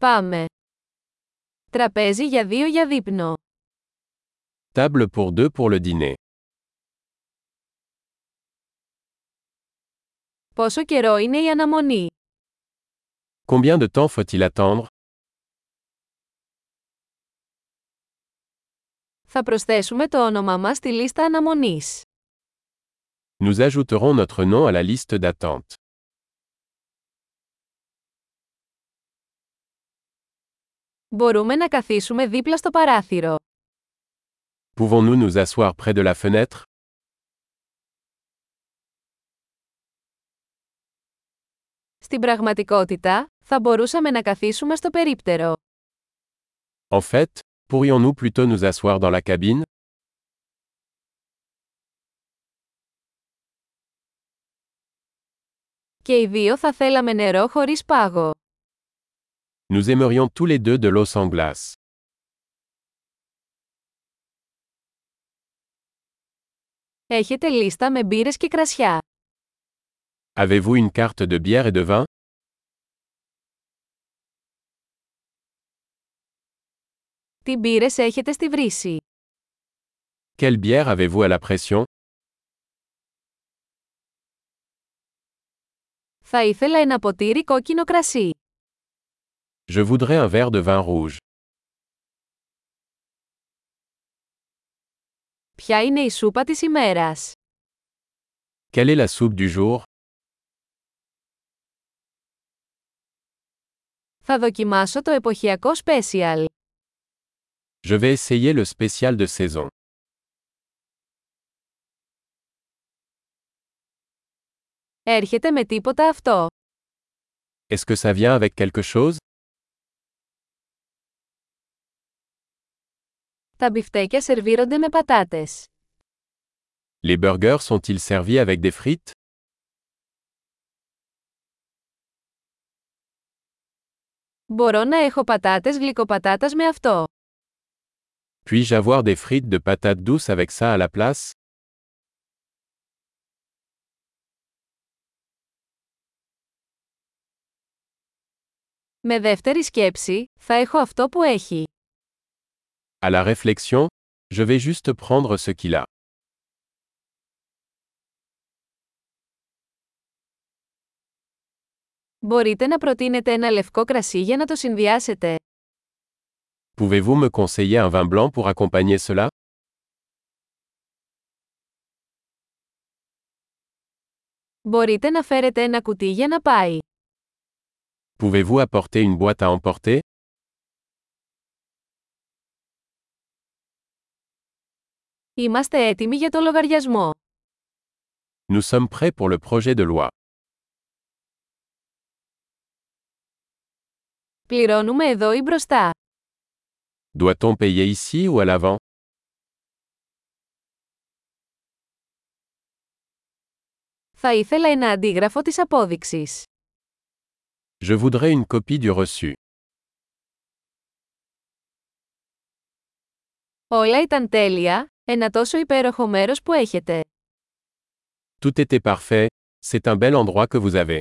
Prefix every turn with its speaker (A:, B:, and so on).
A: Πάμε. Τραπέζι για δύο για δείπνο.
B: Table pour deux pour le dîner.
A: Πόσο καιρό είναι η αναμονή.
B: Combien de temps faut-il attendre
A: Θα προσθέσουμε το όνομά μας στη λίστα αναμονής.
B: Nous ajouterons notre nom à la liste d'attente.
A: Μπορούμε να καθίσουμε δίπλα στο παράθυρο.
B: Pouvons-nous nous asseoir près de la fenêtre
A: Στην πραγματικότητα, θα μπορούσαμε να καθίσουμε στο περίπτερο.
B: En fait, pourrions-nous plutôt nous asseoir dans la cabine
A: Και οι δύο θα θέλαμε νερό χωρίς πάγο.
B: Nous aimerions tous les deux de l'eau sans glace.
A: Έχετε λίστα με μπύρες και κρασιά.
B: Avez-vous une carte de bière et de vin
A: Τι μπύρες έχετε στη βρύση.
B: Quelle bière avez-vous à la pression
A: Θα ήθελα ένα ποτήρι κόκκινο κρασί.
B: Je voudrais un verre de vin rouge.
A: Ποια είναι η σούπα της ημέρας.
B: Quelle est la soupe du jour
A: Θα δοκιμάσω το εποχιακό special.
B: Je vais essayer le spécial de saison.
A: Έρχεται με τίποτα αυτό.
B: Est-ce que ça vient avec quelque chose
A: Τα μπιφτέκια σερβίρονται με πατάτες.
B: Les burgers sont-ils servis avec des frites
A: Μπορώ να έχω πατάτες γλυκοπατάτας με αυτό.
B: Puis-je avoir des frites de patates douces avec ça à la place
A: Με δεύτερη σκέψη, θα έχω αυτό που έχει.
B: À la réflexion, je vais juste prendre ce qu'il a.
A: Μπορείτε να προτείνετε ένα λευκό κρασί για να το συνδυάσετε.
B: Pouvez-vous me conseiller un vin blanc pour accompagner cela
A: Μπορείτε να φέρετε ένα κουτί για να πάει.
B: Pouvez-vous apporter une boîte à emporter
A: Είμαστε έτοιμοι για το λογαριασμό.
B: Nous sommes prêts pour le projet de loi.
A: Πληρώνουμε εδώ ή μπροστά.
B: Doit-on payer ici ou à l'avant
A: Θα ήθελα ένα αντίγραφο της απόδειξης.
B: Je voudrais une copie du reçu.
A: Όλα ήταν τέλεια, ένα τόσο υπέροχο μέρος που έχετε.
B: Tout était parfait, c'est un bel endroit que vous avez.